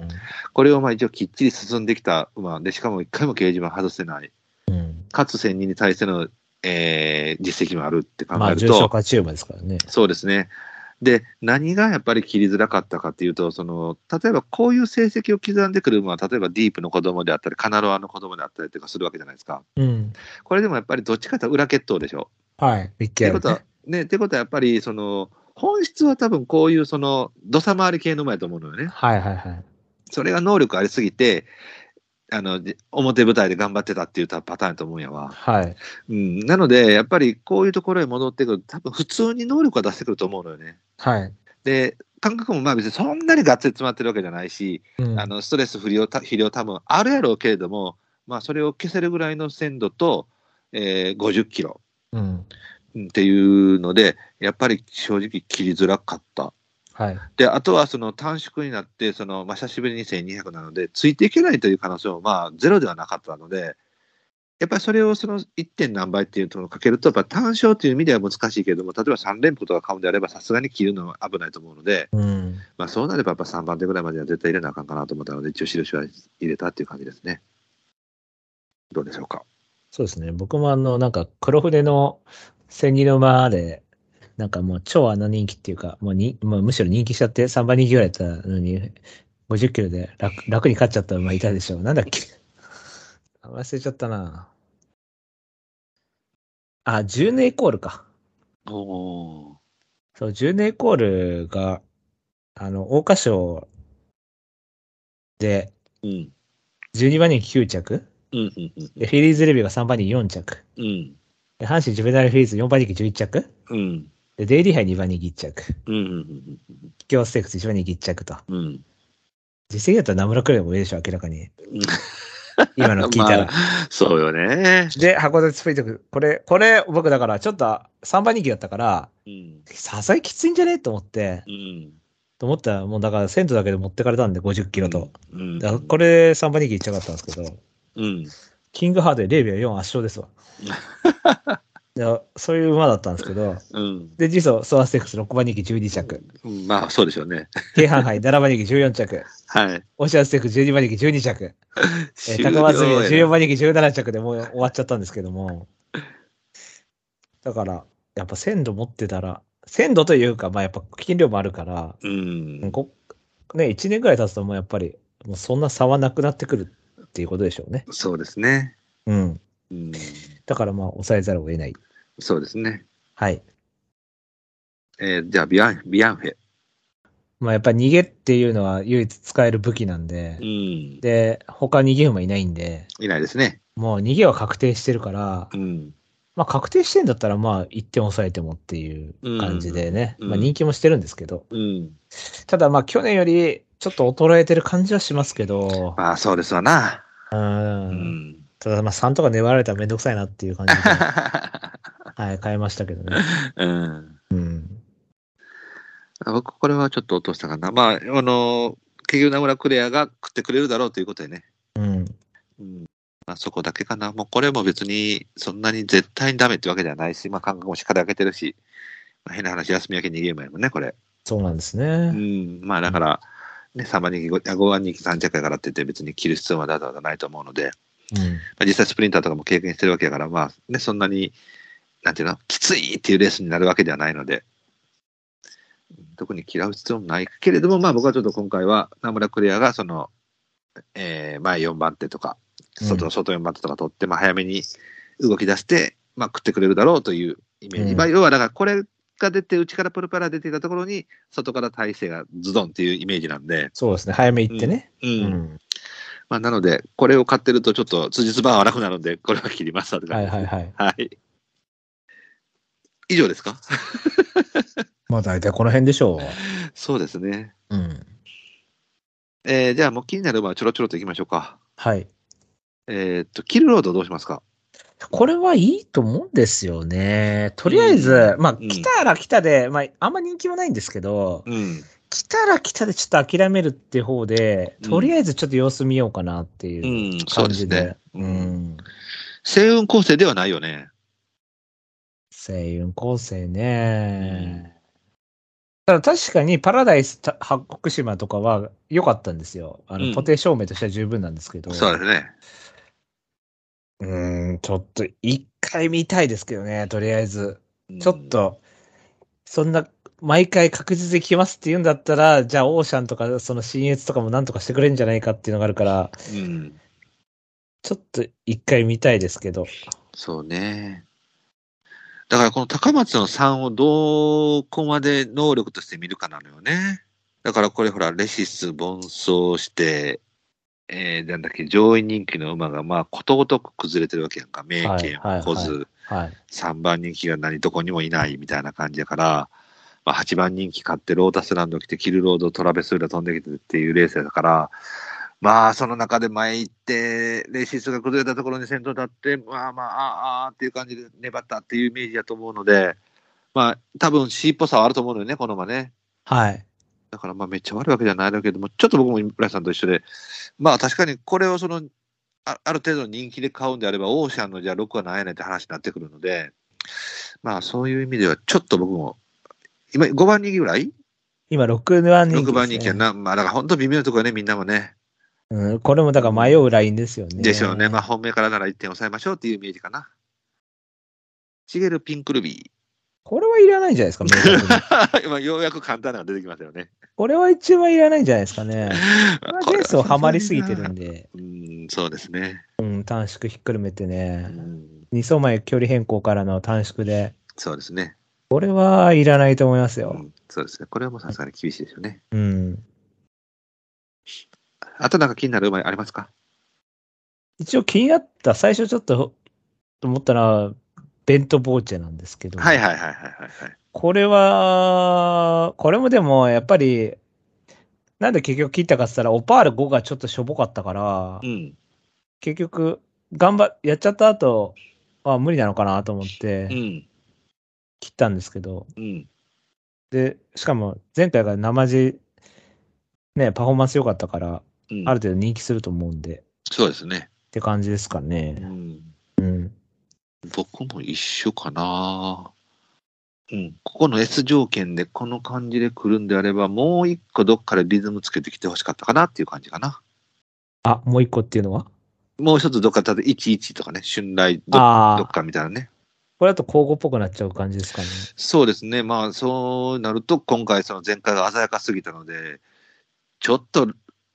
C: これをまあ一応きっちり進んできた馬で、しかも一回も掲示板外せない。
B: うん。
C: かつ千人に対しての、えー実績もあるって考
B: ま
C: え
B: あ、
C: ると。
B: 重症化中馬ですからね。
C: そうですね。で、何がやっぱり切りづらかったかっていうと、その、例えばこういう成績を刻んでくる馬は、例えばディープの子供であったり、カナロアの子供であったりとかするわけじゃないですか。
B: うん。
C: これでもやっぱりどっちかというと裏決闘でしょ。
B: はい。ビッ
C: って
B: ケ
C: ことは、ね、ってことはやっぱり、その、本質は多分こういうその、土佐回り系の馬やと思うのよね。
B: はいはいはい。
C: それが能力ありすぎて、あの、じ表舞台で頑張ってたっていうパターンやと思うんやわ。
B: はい。
C: うん。なので、やっぱりこういうところへ戻ってくると、多分普通に能力は出してくると思うのよね。
B: はい。
C: で、感覚もまあ別にそんなにがっつり詰まってるわけじゃないし、
B: うん
C: あのストレス不良た、肥料多分あるやろうけれども、まあ、それを消せるぐらいの鮮度と、えー50キロ
B: うん。
C: うんっていうので、やっぱり正直切りづらかった。
B: はい。
C: で、あとはその短縮になって、そのまあ、久しぶりに1200なので、ついていけないという可能性もまあゼロではなかったので、やっぱりそれをその 1. 点何倍っていうところをかけると、やっぱ単勝という意味では難しいけれども、例えば3連覇とか買うんであれば、さすがに切るのは危ないと思うので、
B: うん。
C: まあ、そうなればやっぱ3番手ぐらいまでは絶対入れなあかんかなと思ったので、一応印は入れたっていう感じですね。どうでしょうか。
B: そうですね。僕もあの、なんか、黒船の千里の馬で、なんかもう超穴人気っていうか、もうに、もうむしろ人気しちゃって3番人気ぐらいやったのに、50キロで楽楽に勝っちゃった馬いたでしょう。なんだっけ忘れちゃったな。あ、10年イコールか。
C: おお。
B: そう、10年イコールが、あの、桜花賞で
C: うん。
B: 12番人気9着。
C: うん。うん。うん
B: で、フィリーズレビューが3番人気4着。
C: うん。
B: で、阪神ジュベナイルフィリーズ4番人気11着。
C: うん。
B: で、デイリー杯2番人気1着。
C: うん。うん。
B: 企業ステークス1番人気1着と。
C: うん。
B: 実績だったら名村クレアも上でしょ、明らかに。今の聞いたら。
C: まそうよね。
B: で、函館スプリントク。これ、これ、僕だから、ちょっと3番人気だったから、
C: うん。
B: さすがにきついんじゃねと思って、
C: うん。
B: と思ったら、もうだから、セントだけで持ってかれたんで、50キロと。
C: うん。
B: だからこれ、3番人気1着だったんですけど、
C: うん。
B: キングハードで0秒4圧勝ですわ。いやそういう馬だったんですけど、
C: うん。
B: で、次走、ソアステークス6番人気12着、
C: うん。まあ、そうでしょうね。
B: 京阪杯7番人気14着、
C: はい。
B: オシャンステーク12番人気12着、えー、高松宮
C: 終了
B: 14番人気17着でもう終わっちゃったんですけども。だから、やっぱ鮮度持ってたら、鮮度というか、まあやっぱ金量もあるから、
C: うん。
B: こね、1年ぐらい経つともうやっぱり、もうそんな差はなくなってくるっていうことでしょうね。
C: そうですね。
B: うん。
C: うん。
B: だからまあ抑えざるを得ない。
C: そうですね。
B: はい。
C: えー、じゃあ、ビアン、ビアンフェ。
B: まあやっぱ逃げっていうのは唯一使える武器なんで
C: う、ん。
B: で、他逃げ馬いないんで、
C: いないですね。
B: もう逃げは確定してるから、
C: うん。
B: まあ確定してんだったらまあ1点抑えてもっていう感じでね、
C: うん
B: まあ人気もしてるんですけど、
C: うん。
B: ただまあ去年よりちょっと衰えてる感じはしますけど、
C: まあ、そうですわな。
B: う、
C: うんん。
B: ただまあ3とか粘られたらめんどくさいなっていう感じで、 はい、買いましたけどね。
C: うん。
B: うん。
C: 僕、これはちょっと落としたかな。まあ、あの、結局、名村クレアが食ってくれるだろうということでね。
B: うん。
C: うん。まあ、そこだけかな。もう、これも別に、そんなに絶対にダメってわけではないし、まあ、感覚もしっかり開けてるし、まあ、変な話、休み明け2ゲームやもんね、これ。
B: そうなんですね。
C: うん。まあ、だから、ね、3番人気、5番人気3着やからって言って、別に切る必要はだだだないと思うので、
B: うん。
C: まあ、実際スプリンターとかも経験してるわけだから、まあね、そんなに、なんていうの、きついっていうレースになるわけではないので、特に嫌う必要もないけれども、まあ僕はちょっと今回は、名村クレアがその、えー前4番手とか、外
B: う
C: の
B: ん
C: 外4番手とか取って、まあ早めに動き出して、まあ食ってくれるだろうというイメージ。
B: うん
C: まあ要はだからこれが出て、内からプルパラ出ていたところに、外から体勢がズドンっていうイメージなんで、
B: そうですね。早め行ってね。う
C: うん
B: ん。
C: まあ、なので、これを買ってると、ちょっと辻褄が荒くなるんで、これは切りますって
B: は
C: 感
B: い
C: じです
B: はいはい。
C: はい。以上ですか
B: まあ大体この辺でしょ
C: そうですね。
B: う。うん。
C: えーじゃあ、もう気になる馬はちょろちょろといきましょうか。
B: はい。
C: えーっと、キルロードどうしますか
B: これはいいと思うんですよね。とりあえず、まあ、
C: うん
B: 来たら来たで、まあ、あんま人気もないんですけど、
C: うん。
B: 来たら来たでちょっと諦めるって方で、
C: うん、
B: とりあえずちょっと様子見ようかなっていううん
C: そう
B: 感
C: です
B: じ
C: ね
B: で。。
C: う。
B: うんん。
C: 星雲構成ではないよね。
B: 星雲構成ね。ただ確かにパラダイスた八国島とかは良かったんですよ。あ
C: う
B: の、
C: ん
B: 固定証明としては十分なんですけど。
C: そうですね。
B: うーん、ちょっと一回見たいですけどね、とりあえず。
C: うん
B: ちょっ。と、そんな、毎回確実に来ますって言うんだったら、じゃあオーシャンとか、その新越とかもなんとかしてくれるんじゃないかっていうのがあるから、
C: うん。
B: ちょっと一回見たいですけど。
C: そうね。だから、この高松の3をどこまで能力として見るかなのよね。だから、これほら、レシス、奔走して、えー、なんだっけ、上位人気の馬が、まあ、ことごとく崩れてるわけやんか。名犬
B: はいはいは、い
C: 小津、
B: はい。
C: 3番人気が何どこにもいないみたいな感じやから、まあ、8番人気買ってロータスランド来てキルロードトラベスウラ飛んできてっていうレースやからまあその中で前行ってレーシスが崩れたところに先頭立ってまあまああああーっていう感じで粘ったっていうイメージだと思うのでまあ多分 C っぽさはあると思うのよねこの馬ね
B: はい。
C: だからまあめっちゃ悪いわけじゃないだろうけどもちょっと僕も村井さんと一緒でまあ確かにこれをそのあある程度の人気で買うんであればオーシャンのじゃあ6は何やねんって話になってくるのでまあそういう意味ではちょっと僕も今5番人気ぐらい、
B: 今、6番人気、
C: ?6 番人気や。なまあだから本当微妙なところねみんなもね
B: うん、これもだから迷うラインですよね。
C: でしょうねまあ本命からなら1点抑えましょうっていうイメージかなシゲルピンクルビ
B: これはいらないんじゃな いですか、明確に
C: ー 今ようやく簡単なのが出てきましたよね
B: これは一番いらないんじゃないですか ね。これはレースをハマりすぎてるん
C: で
B: で、
C: うんそうですね、
B: うん、短縮ひっくるめて
C: う
B: ね。
C: ん、
B: 2走前距離変更からの短縮で、
C: そうですね
B: これはいらないと思います
C: う
B: よ。
C: ん、そうですね。これはもうさすがに厳しいですよね。
B: うん。
C: あとなんか気になる馬ありますか
B: 一応気になった、最初ちょっと、と思ったのは、ベントボーチェなんですけど、
C: はいはいはいはいはい。
B: これは、これもでも、やっぱり、なんで結局切ったかって言ったら、オパール5がちょっとしょぼかったから、
C: うん。
B: 結局、頑張、やっちゃった後、あ無理なのかなと思って
C: う、ん。
B: 切ったんですけど、
C: うん。
B: で、しかも、前回が生地、ね、パフォーマンス良かったから、
C: うん、
B: ある程度人気すると思うんで、っ
C: そうですね。
B: て感じですか
C: う
B: ね。
C: ん。
B: うん。
C: 僕も一緒かな。うん。ここの S 条件でこの感じで来るんであれば、もう一個どっかでリズムつけてきてほしかったかなっていう感じかな。
B: あ、もう一個っていうのは
C: もう一つどっか、ただ11とかね、春来ど
B: あー
C: どっかみたいなね。
B: これだと交互っぽくなっちゃう感じですかね。
C: そうですね、まあそうなると、今回、その前回が鮮やかすぎたので、ちょっと、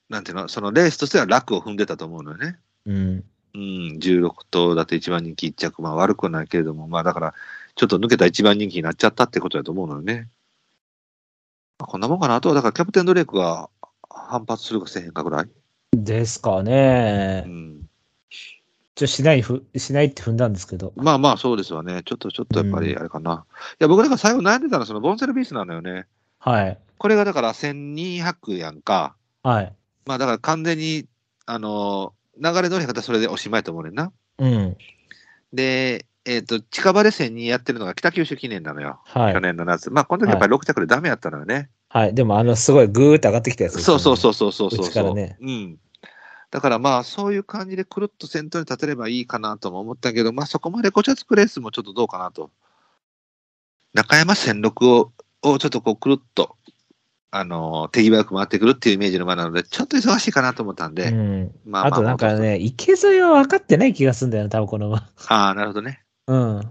C: なんていうの、そのレースとしては楽を踏んでたと思うのよね。
B: うん。
C: うん、16頭だって1番人気1着、まあ悪くはないけれども、まあだから、ちょっと抜けた1番人気になっちゃったってことだと思うのよね。まあ、こんなもんかな、あとはだからキャプテンドレイクが反発するかせえへんかぐらい。
B: ですか
C: う
B: ね。
C: ん、
B: ちょ、しないふ、しないって踏んだんですけど。
C: まあまあ、そうですわね、ちょっとちょっとやっぱりあれかな。いや、僕なんか最後悩んでたのは、そのボンセルビースなのよね。
B: はい。
C: これがだから1200やんか。
B: はい。
C: まあだから完全に、あの、流れのり方はそれでおしまいと思うねんな。
B: うん。
C: で、えっ、と、近場で線にやってるのが北九州記念なのよ。
B: はい
C: 去。年の夏。まあ、この時やっぱり6着でダメやったのよね。
B: はい。でも、あの、すごいグーって上がってきたやつ、
C: そうそうそうそうそうそう
B: うちからね
C: うん。だからまあ、そういう感じでくるっと先頭に立てればいいかなとも思ったけど、まあそこまでこちゃつくレースもちょっとどうかなと。中山戦六を、をちょっとこうくるっと、あのー手際よく回ってくるっていうイメージの馬なので、ちょっと忙しいかなと思ったんで、
B: うん。
C: まあま
B: あとなんか。ね、池添えは分かってない気がするんだよな、多分この馬。
C: ああ、なるほどね。
B: うん。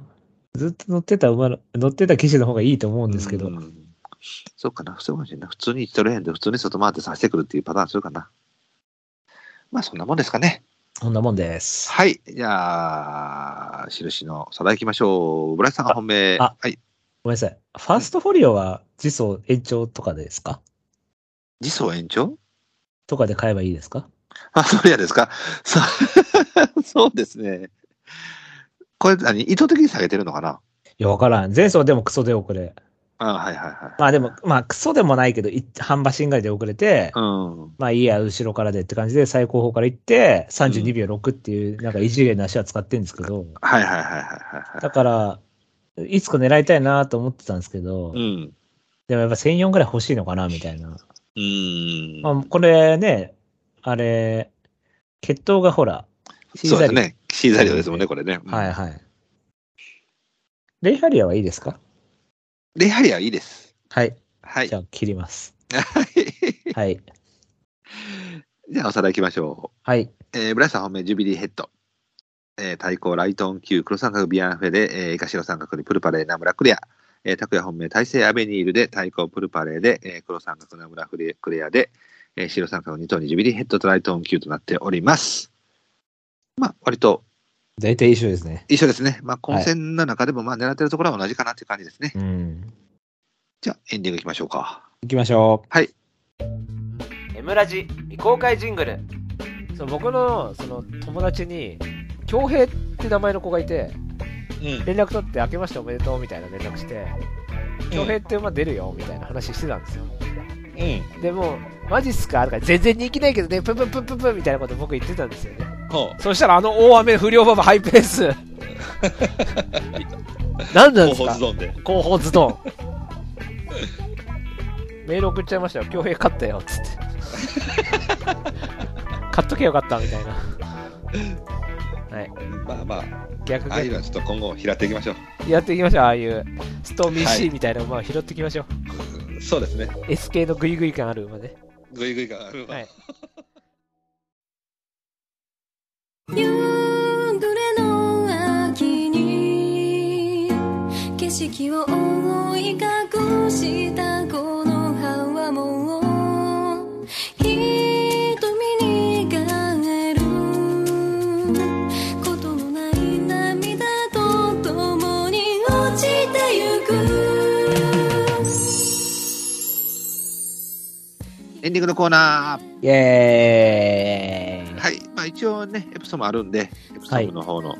B: ずっと乗ってた馬の、乗ってた騎士の方がいいと思うんですけど。
C: うんそうかな、そうかもしれない。普通に一トレーンで普通に外回ってさせてくるっていうパターンするかな。まあそんなもんですかね。
B: そんなもんです。
C: はい。じゃあ、印の定行きましょう。村井さん、
B: あ
C: 本命。
B: あ
C: はい。
B: ごめんなさい。ファーストフォリオは、自走延長とかですか
C: 次走延長
B: とかで買えばいいですか
C: あ、それやですか。そ そうですね。これ何、意図的に下げてるのかない
B: や、わからん。前走でもクソで遅れ。
C: あはいはいはい。
B: まあでも、まあクソでもないけど、い半馬身外で遅れて、
C: うん。
B: まあいいや、後ろからでって感じで最高峰から行って、32秒6っていう、なんか異次元の足は使ってるんですけど、
C: はいはいはいはいはいはい。
B: だから、いつか狙いたいなと思ってたんですけど、
C: うん。
B: でもやっぱ1004ぐらい欲しいのかな、みたいな。
C: うん。
B: まあこれね、あれ、血統がほら、
C: そうです
B: リ
C: ね。シーザリオですもんね、これね。うん
B: はいはい。レイハリアはいいですか
C: レイハリアいいです。
B: はい。
C: はい。
B: じ
C: じ
B: ゃ
C: ゃ
B: あ切ります。
C: あ、
B: はい。
C: おさらい行きましょう。
B: はい。
C: えー、ブライさん本命ジュビリーヘッド。えー、対抗ライトオン級黒三角ビアンフェで、えー、イカシロ三角にプルパレーナムラクレア。えー、タクヤ本命大西アベニールで対抗プルパレーで、えー、黒三角ナムラフレクレアで、えー、白三角2頭にジュビリーヘッドとライトオン級となっております。まあ、割と
B: 大体一緒ですね。
C: 一緒ですね。まあ、混戦の中でも、まあ、狙ってるところは同じかなっていう感じですね。
B: うん。
C: じゃあ、エンディングいきましょうか。
B: 行きましょう。
D: エムラジ未公開ジングル
E: その僕のその友達に、恭平って名前の子がいて、
C: うん。
E: 連絡取って、明けましておめでとうみたいな連絡して、恭平って馬出るよみたいな話してたんですよ。
C: う
E: でもう、マジっすかとか、全然人気ないけどね、プンプンプンプンプンみたいなこと僕言ってたんですよね。
C: ん。ほ
E: そしたらあの大雨不良馬場ハイペース。 何なんですか
C: ドンで。
E: 後方ズドン。メール送っちゃいましたよ。恭平勝ったよ、っつ って。買っとけよかった、みたいな。はい。
C: まあまあ、
E: 逆
C: ああい
E: 逆
C: うのはちょっと今後拾っていきましょ
E: やっていきましょう、ああいう。ストーミー
C: は
E: C
C: い
E: みたいな馬を拾っていきましょう。
C: う。そうですね。
E: SK のグイグイ感ある馬ね。
C: ぐいぐいがある
E: はい。
F: 夕暮れの秋に景色を覆い隠したこの葉はもう瞳に輝ることのない涙と共に落ちてゆく
C: エンディングのコーナー。
B: イエーイ
C: はい、まあ、一応ね、エプソムあるんで、エプソムの方の、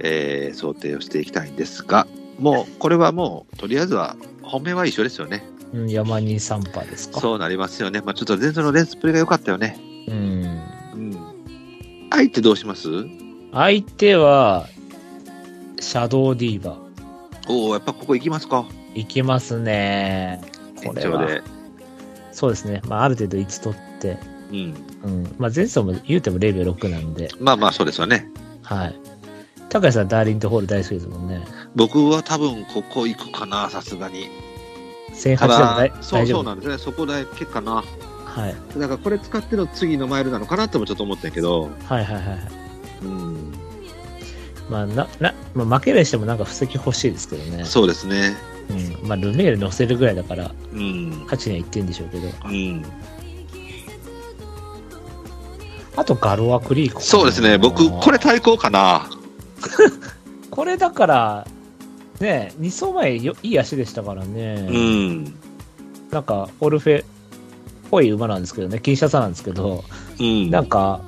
C: えー想定をしていきたいんですが、もう、これはもう、とりあえずは、本命は一緒ですよね。
B: うん、山に3波ですか
C: そうなりますよね。まあ、ちょっと前走のレースプレーが良かったよね。
B: う。ん。
C: うん。相手どうします
B: 相手は、シャドウディーバー。
C: おおやっぱここ行きますか。
B: いきますね。こ
C: 延
B: れ
C: 長
B: は
C: で。。
B: そうですね。まあ、ある程度1取って。
C: うん。
B: うん。まあ、前走も言うても0秒6なんで。
C: まあまあ、そうですよね。
B: はい。高橋さん、ダーリントホール大好きですもんね。
C: 僕は多分、ここ行くかな、さすがに。
B: 1008
C: た
B: で
C: だ
B: も、大
C: そう
B: 大丈
C: そ
B: 夫。
C: うなんですね。そこだけかな。
B: はい。
C: だから、これ使っての次のマイルなのかなともちょっと思ったけど、
B: はいはいはいはい。
C: うん。
B: まあ、な、な、まあ、負けるにしてもなんか布石欲しいですけどね。
C: そうですね。
B: うん。まあ、ルメール乗せるぐらいだから、
C: うん。
B: 勝ちには行ってんでしょうけど。
C: うん。
B: あと、ガロアクリーコ。
C: そうですね、僕、これ対抗かな。
B: これだから、ね、2走前よ、いい足でしたからね、
C: うん。
B: なんか、オルフェっぽい馬なんですけどね、金シャサなんですけど、
C: うん。
B: なんか、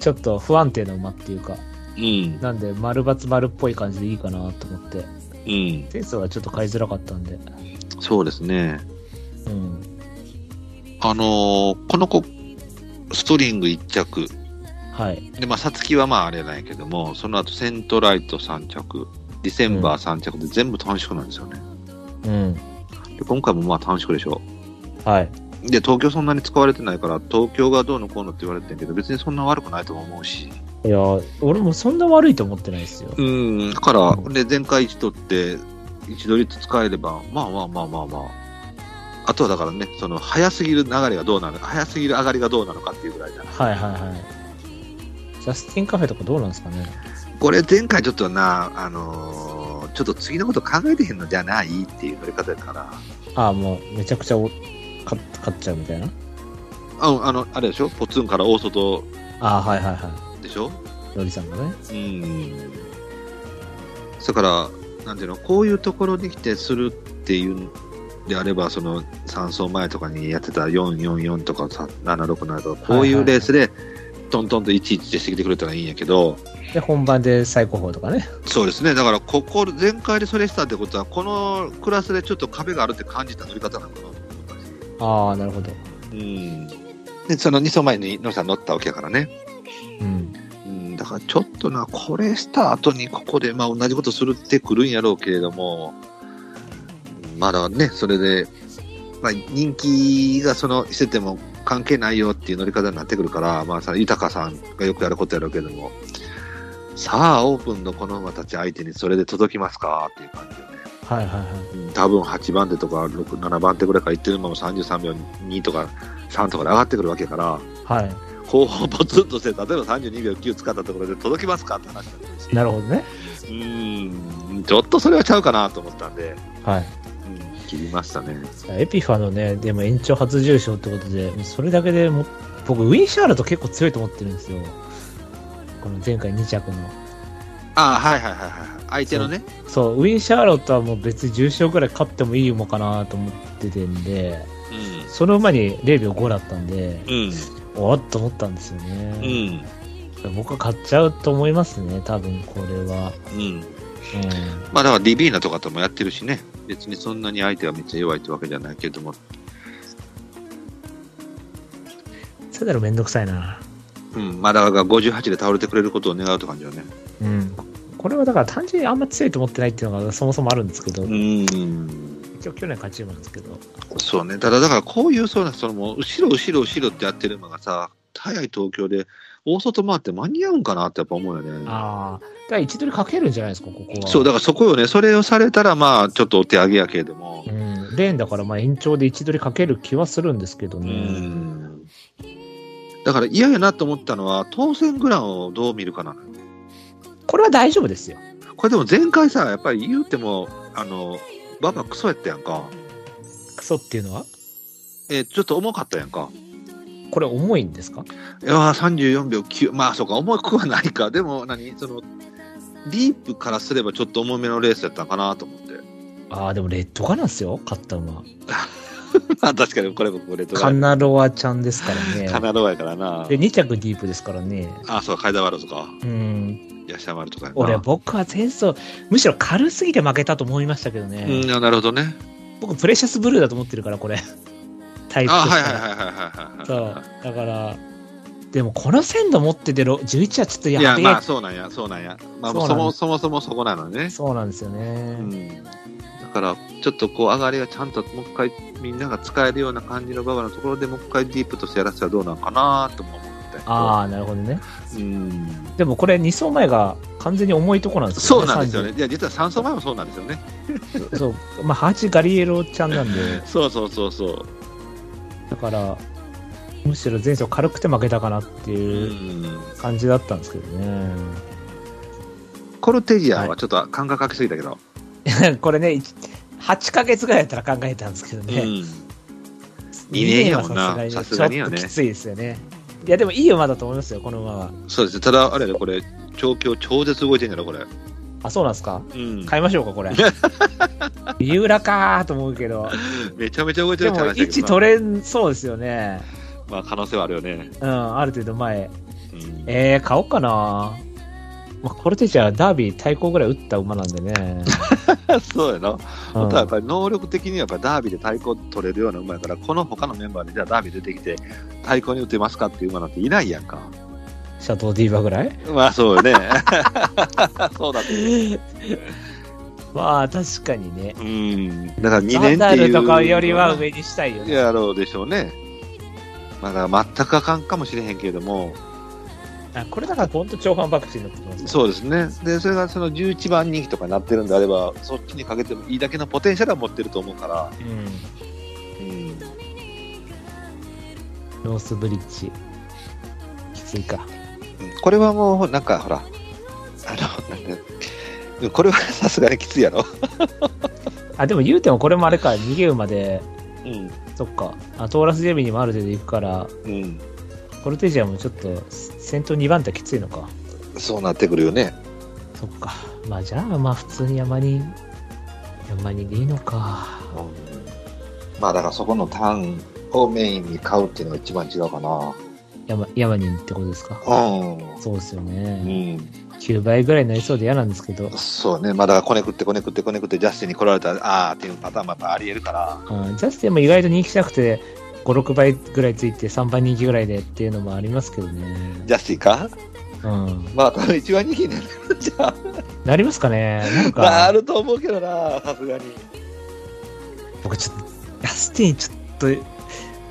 B: ちょっと不安定な馬っていうか、
C: うん。
B: なんで、丸×丸っぽい感じでいいかなと思って、
C: うん。
B: テイストがちょっと買いづらかったんで、
C: そうですね。
B: うん。
C: あのーこの子、ストリング1着、
B: はい。
C: で、まあ、さつきはまああれなんやけども、その後セントライト3着、ディセンバー3着で全部短縮なんですよね。
B: うん。
C: で今回もまあ短縮でしょ。
B: はい。
C: で、東京そんなに使われてないから、東京がどうのこうのって言われてんけど、別にそんな悪くないとも思うし。
B: いや、俺もそんな悪いと思ってないですよ。
C: うん、だから、で、前回一取って、一度率使えれば、まあまあまあまあまあ。あとはだからね、その、早すぎる流れがどうなる、早すぎる上がりがどうなのかっていうぐらいじゃない。
B: はいはいはい。ジャスティンカフェとかどうなんですかね。
C: これ前回ちょっとな、あのーちょっと次のこと考えてへんのじゃないっていう乗り方やから。
B: ああ、もうめちゃくちゃおか買っちゃうみたいな。
C: あの、あの、あれでしょポツンから大外
B: ああ、はいはいは
C: でしょ
B: い。ロリさんがね。
C: うん。だから、なんていうの、こういうところに来てするっていうんであれば、その、3走前とかにやってた444とかさ767とか、こういうレースで、トントンと11でしてきてくれたらいいんやけど、
B: で、本番で最高峰とかね。
C: そうですね、だから、ここ、前回でそれしたってことは、このクラスでちょっと壁があるって感じた乗り方なのかなと思ったし。
B: ああ、なるほど。
C: うん。で、その2走前に野さん乗ったわけやからね。
B: うん。
C: うんだからちょっとな、これした後にここでまあ同じことするってくるんやろうけれども、まあだからね、それで、まあ、人気がそのしてても関係ないよっていう乗り方になってくるから、まあさ、豊さんがよくやることやろうけども、さあ、オープンのこの馬たち相手にそれで届きますかっていう感じよね。
B: はいはいはい。
C: うん多分8番手とか6、7番手ぐらいからいってる馬も33秒2とか3とかで上がってくるわけやから、
B: はい。
C: 後方ポツンとして、例えば32秒9使ったところで届きますかって話になってるし、
B: なるほどね。
C: うーん、ちょっとそれはちゃうかなと思ったんで、
B: はい。
C: うん、切りましたね。
B: エピファのね、でも延長初重賞ってことで、それだけでもう、僕、ウィンシャールと結構強いと思ってるんですよ。この前回2着の。
C: ああ、はいはいはいはい。相手のね。
B: そう、ウィン・シャーロットはもう別に重賞ぐらい勝ってもいい馬かなと思っててんで、その馬に0秒5だったんで、
C: うん。うん。
B: おっと思ったんですよ
C: う
B: ね。
C: ん。
B: 僕は買っちゃうと思いますね、多分これは。
C: うん。
B: うん、
C: まあだからディビーナとかともやってるしね。別にそんなに相手はめっちゃ弱いってわけじゃないけども。
B: それだろめんどくさいな。
C: うん。まあだから58で倒れてくれることを願うって感じよね。
B: うん。これはだから単純にあんま強いと思ってないっていうのがそもそもあるんですけど、
C: う
B: 一
C: ん。
B: 応去年勝ち馬なんですけど。
C: そうね。ただだからこういうそうな、そのもう後ろ後ろ後ろってやってる馬がさ、早い東京で大外回って間に合うんかなってやっぱ思うよね。
B: ああ、だから位置取りかけるんじゃないですか、ここは。
C: そう、だからそこよね、それをされたら、まあ、ちょっとお手上げやけれども
B: う、ん、レーンだからまあ延長で位置取りかける気はするんですけど
C: う
B: ね。
C: ん。だから嫌やなと思ったのは、当選グランをどう見るかな。
B: これは大丈夫ですよ。
C: これでも前回さ、やっぱり言うても、あの、ババクソやったやんか。
B: クソっていうのは
C: えーちょっと重かったやんか。
B: これ重いんですか
C: いやー、34秒9、まあ、そうか、重くはないか。でも何、その、ディープからすればちょっと重めのレースやったんかなと思って。
B: ああ、でもレッドガなんですよ、勝った馬。
C: まあ、確かにこれもこれと
B: カ
C: か、
B: ナロアちゃんですから ね。
C: カナロアやからな
B: で、。2着ディープですからね。
C: あ、そうか、カイダワロとか、
B: うん。
C: ヤシャマルとかやな。
B: 俺、僕は前走、むしろ軽すぎて負けたと思いましたけどね。
C: うん、あなるほどね。
B: 僕、プレシャスブルーだと思ってるから、これ。タイプ
C: あ
B: として
C: はい
B: は
C: はいはいはいはいはいはい。
B: そう。だから、でもこの鮮度持っててろ11はちょっと
C: い
B: や
C: や、
B: べえ。
C: まあそうなんや、そうなんや。まあ
B: そう
C: そ
B: なの
C: もそもそもそこなのね。
B: そうなんですよね
C: う。ん。だから、ちょっとこう、上がりがちゃんともう一回、みんなが使えるような感じのババのところでもう一回ディープとしてやらせたらどうなのかなとも思ったりと
B: ああ、なるほどね。
C: うん。
B: でもこれ2走前が完全に重いとこなんですよ
C: そ
B: ね。
C: うなんですよね。いや、実は3走前もそうなんですよね。
B: 30。そう。まあ、8ガリエロちゃんなんで、
C: そうそうそうそう。
B: だから、むしろ前走軽くて負けたかなって
C: う。
B: いうん感じだったんですけどね。
C: コルテジアはちょっと感覚かけすぎたけど。
B: これね、いち8ヶ月ぐらいだったら考えたんですけど
C: う
B: ね。
C: ん。二年やもんな
B: 二年は
C: さすがに
B: ちょ
C: よ
B: っと
C: ね
B: きついですよね。いや、でもいい馬だと思いますよ、この馬は。
C: そうですね。ただ、あれやでこれ、調教超絶動いてんやろ、これ。
B: あ、そうなんですか
C: うん。
B: 買いましょうか、 これ。三浦かーと思うけど。
C: めちゃめちゃ動いてる
B: で
C: って話
B: も、
C: だけ
B: 位
C: ど
B: 置取れんそうですよね。
C: まあ、可能性はあるよね。
B: うん、ある程度前。
C: うん
B: えー、買おうかな。まあ、コルテジャはダービー対抗ぐらい打った馬なんで ね。
C: そうやな。
B: うん
C: 本当はやっぱり能力的にはやっぱダービーで対抗取れるような馬やから、この他のメンバーでじゃあダービー出てきて、対抗に打てますかっていう馬なんていないやんか。
B: シャトーディーバーぐらい
C: まあそうよね。 そうだね。
B: まあ、確かにね。
C: うん。だから2年ってい
B: ナダ
C: う。
B: ルとかよりは上にしたいよね。
C: やろうでしょうね。まあだから全くあかんかもしれへんけれども、
B: あこれだから本当超反爆地になってきますね。
C: そうですね。で、それがその11番人気とかになってるんであれば、そっちにかけてもいいだけのポテンシャルは持ってると思うから、
B: うん。
C: うん。
B: ロースブリッジ。きついか。
C: これはもう、なんかほら、あの、なんてうんこれはさすがにきついやろ。
B: あ、でも言うてもこれもあれか、逃げ馬で、
C: うん。
B: そっか。あトーラスジェビにもある程度行くから、
C: うん。
B: コルテージアもちょっと先頭2番手きついのか。
C: そうなってくるよね。
B: そっか。まあじゃあ、まあ普通に山に、山にでいいのか。
C: うん。まあだからそこのターンをメインに買うっていうのが一番違うかな。
B: 山、山にってことですか。
C: う
B: そうですよ
C: ん。う
B: ね。
C: ん。
B: 9倍ぐらいになりそうで嫌なんですけど。
C: そうね、まだこねくってこねくってこねくってジャスティンに来られたらああーっていうパターンもやっぱありえるから、
B: うんジャスティンも意外と人気しなくて、5、6倍ぐらいついて3番人気ぐらいでっていうのもありますけどね。
C: ジャスティンか
B: うん。
C: まあ多分一番人気になるん じゃん
B: なりますかねなん
C: まああ
B: か、
C: ると思うけどな、さすがに。
B: 僕ちょっと、ジャスティンちょっと、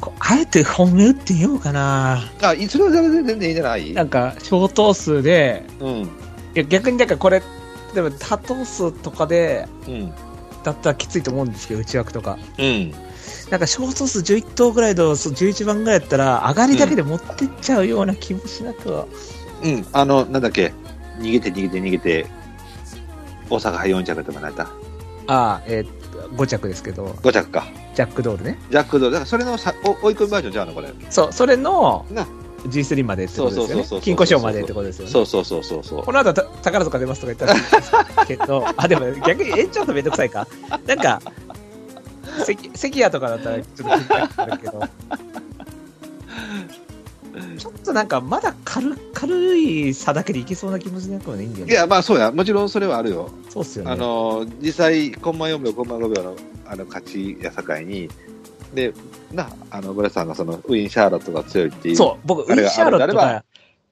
B: こうあえて本命打ってみようかな。
C: あ、いそれはそれで全然いいんじゃない
B: なんか、小等数で、
C: うん。
B: いや逆にだからこれ、例えば多等数とかで、
C: うん。
B: だったらきついと思うんですけど、内枠とか。
C: うん。
B: なんか小等数11頭ぐらいとそう11番ぐらいだったら、上がりだけで持ってっちゃうような気もしなくは。
C: うん。あの、なんだっけ、逃げて逃げて逃げて、大阪杯4着とかなった。
B: ああ、えー、5着ですけど、
C: 5着か。
B: ジャックドールね。
C: ジャックドールだからそれのさお追い込みバージョンじゃんの、これ。
B: そう、それの
C: な
B: G3 までってことです
C: そうそうそ
B: よ
C: うそうそう
B: ね。金庫賞までってことですよね。
C: そうそうそうそうそう。
B: この後た宝塚出ますとか言ったらいい ですけど、あ、でも逆に延長とめんどくさいか。なんか、関関谷とかだったらちょっと気になるけど。ちょっとなんかまだ軽軽い差だけでいけそうな気もしなくもないんだよ
C: い
B: ね。
C: や、まあそうや。もちろんそれはあるよ。
B: そうっすよね。
C: あの実際、コンマ4秒、コンマ5秒のあの勝ちや境に、で、な、あの、村さんがそのウィン・シャーロットが強いっていう。
B: そう、僕、ウ
C: あ
B: ィ
C: れが
B: ンシャーロット
C: あれ
B: が、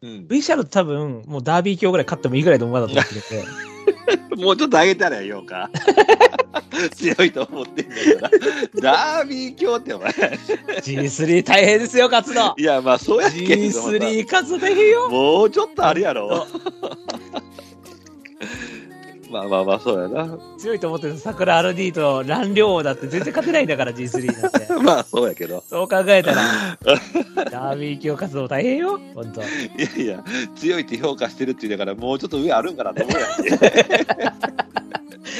C: う。
B: ウ、
C: ん
B: ィンシャーロット多分、もうダービー卿ぐらい勝ってもいいぐらいの馬だと思ってて、
C: もうちょっと上げたらようか。 強いと思ってんだから。 ダービー卿ってお前。
B: G3 大変ですよ、勝つの
C: い。や、まあそうやけどさ
B: G3 勝つでいいよ。
C: もうちょっとあるやろ。 まあまあまあ、そうやな。
B: 強いと思ってる桜 RD と乱量王だって全然勝てないんだから G3 なんて。
C: まあそうやけど。
B: そう考えたら、ダービー強活動大変よ、本 当。
C: いやいや、強いって評価してるって言うんだから、もうちょっと上あるんかなと思うやんけ。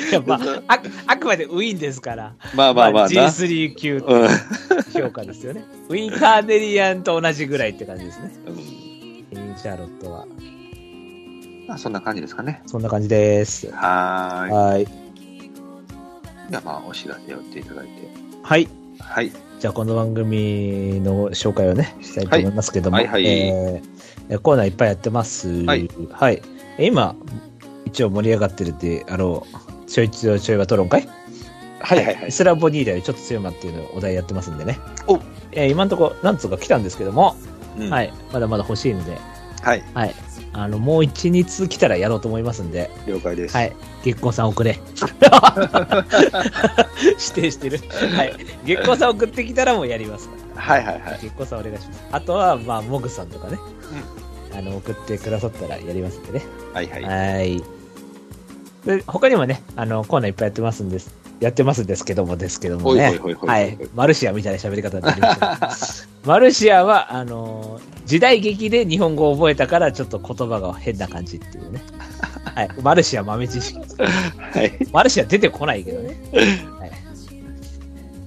B: いやまあ、ああくまでウィンですから、
C: まあまあまあな。
B: G3 級って
C: うん
B: 評価ですよね。ウィンカーネリアンと同じぐらいって感じですね。ウィンシャーロットは。
C: まあ、そんな感じですかね。
B: そんな感じです。
C: はーい。
B: はい。
C: じゃあ、まあ、お知らせをっていただいて。
B: はい。
C: はい。
B: じゃあこの番組の紹介をねしたいと思いますけども、
C: はいはいはい
B: えーコーナーいっぱいやってます
C: はい、
B: はい今一応盛り上がってるであろうちょいちょいちょいは討論会
C: はいはいは
B: イ
C: い。
B: スラボニーダよりちょっと強い馬っていうのをお題やってますんでね
C: お
B: えー今のところ何つうか来たんですけども、
C: うん
B: は
C: はい。
B: いまだまだ欲しいのであのもう12通来たらやろうと思いますんで
C: 了解です。
B: はい。月光さん送れ。 指定してる。はい。月光さん送ってきたらもうやりますから。
C: はいはいはい。
B: 結構さんお願いします。あとは、まあ、モグさんとかね、あの送ってくださったらやりますんでね。
C: はいはい。
B: はーい。で他にもね、あのコーナーいっぱいやってますんです。やってますんですけどもですけども
C: ほいほい
B: ね
C: ほい。ほい
B: は
C: ほ
B: い
C: いほい。
B: マルシアみたいな喋り方になりました けど。マルシアは、あのー時代劇で日本語を覚えたから、ちょっと言葉が変な感じっていうね。はい。マルシア豆知識。
C: はい。
B: マルシア出てこないけど ね。はい、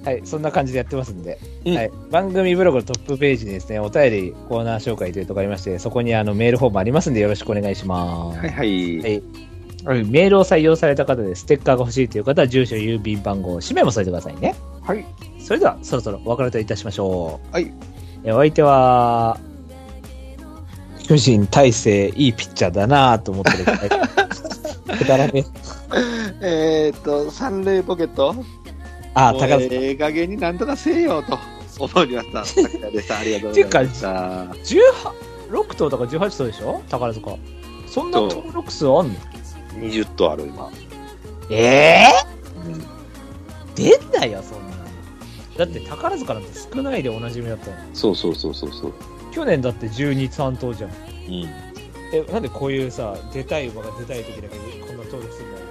B: はい、そんな感じでやってますんで、
C: うん
B: はい、番組ブログのトップページにですね、お便りコーナー紹介というところがありまして、そこにあのメールフォームありますんで、よろしくお願いします。
C: はいはい。
B: はいはいメールを採用された方でステッカーが欲しいという方は、住所、郵便番号、氏名も添えてくださいね。
C: はい。
B: それでは、そろそろお別れといたしましょう。
C: はい。
B: えお相手は、巨人大勢いいピッチャーだなぁと思ってる。 くだらねえ
C: えーっと、サンレイポケット。
B: あ、
C: もう
B: 宝塚。
C: ええ加減になんとかせえよと思いました。さくらでした。ありがとうございました。
B: 18 6頭とか18頭でしょ宝塚。そんな登録数あんの
C: 20頭ある今。
B: え
C: うん
B: ぇ、出んなよ、そんなの。だって宝塚なんて少ないでおなじみだったの。
C: そうそうそうそうそう。
B: 去年だって12、3頭じゃん。
C: うん。
B: え、なんでこういうさ、出たい馬が出たい時だけこんな登録するんだよね。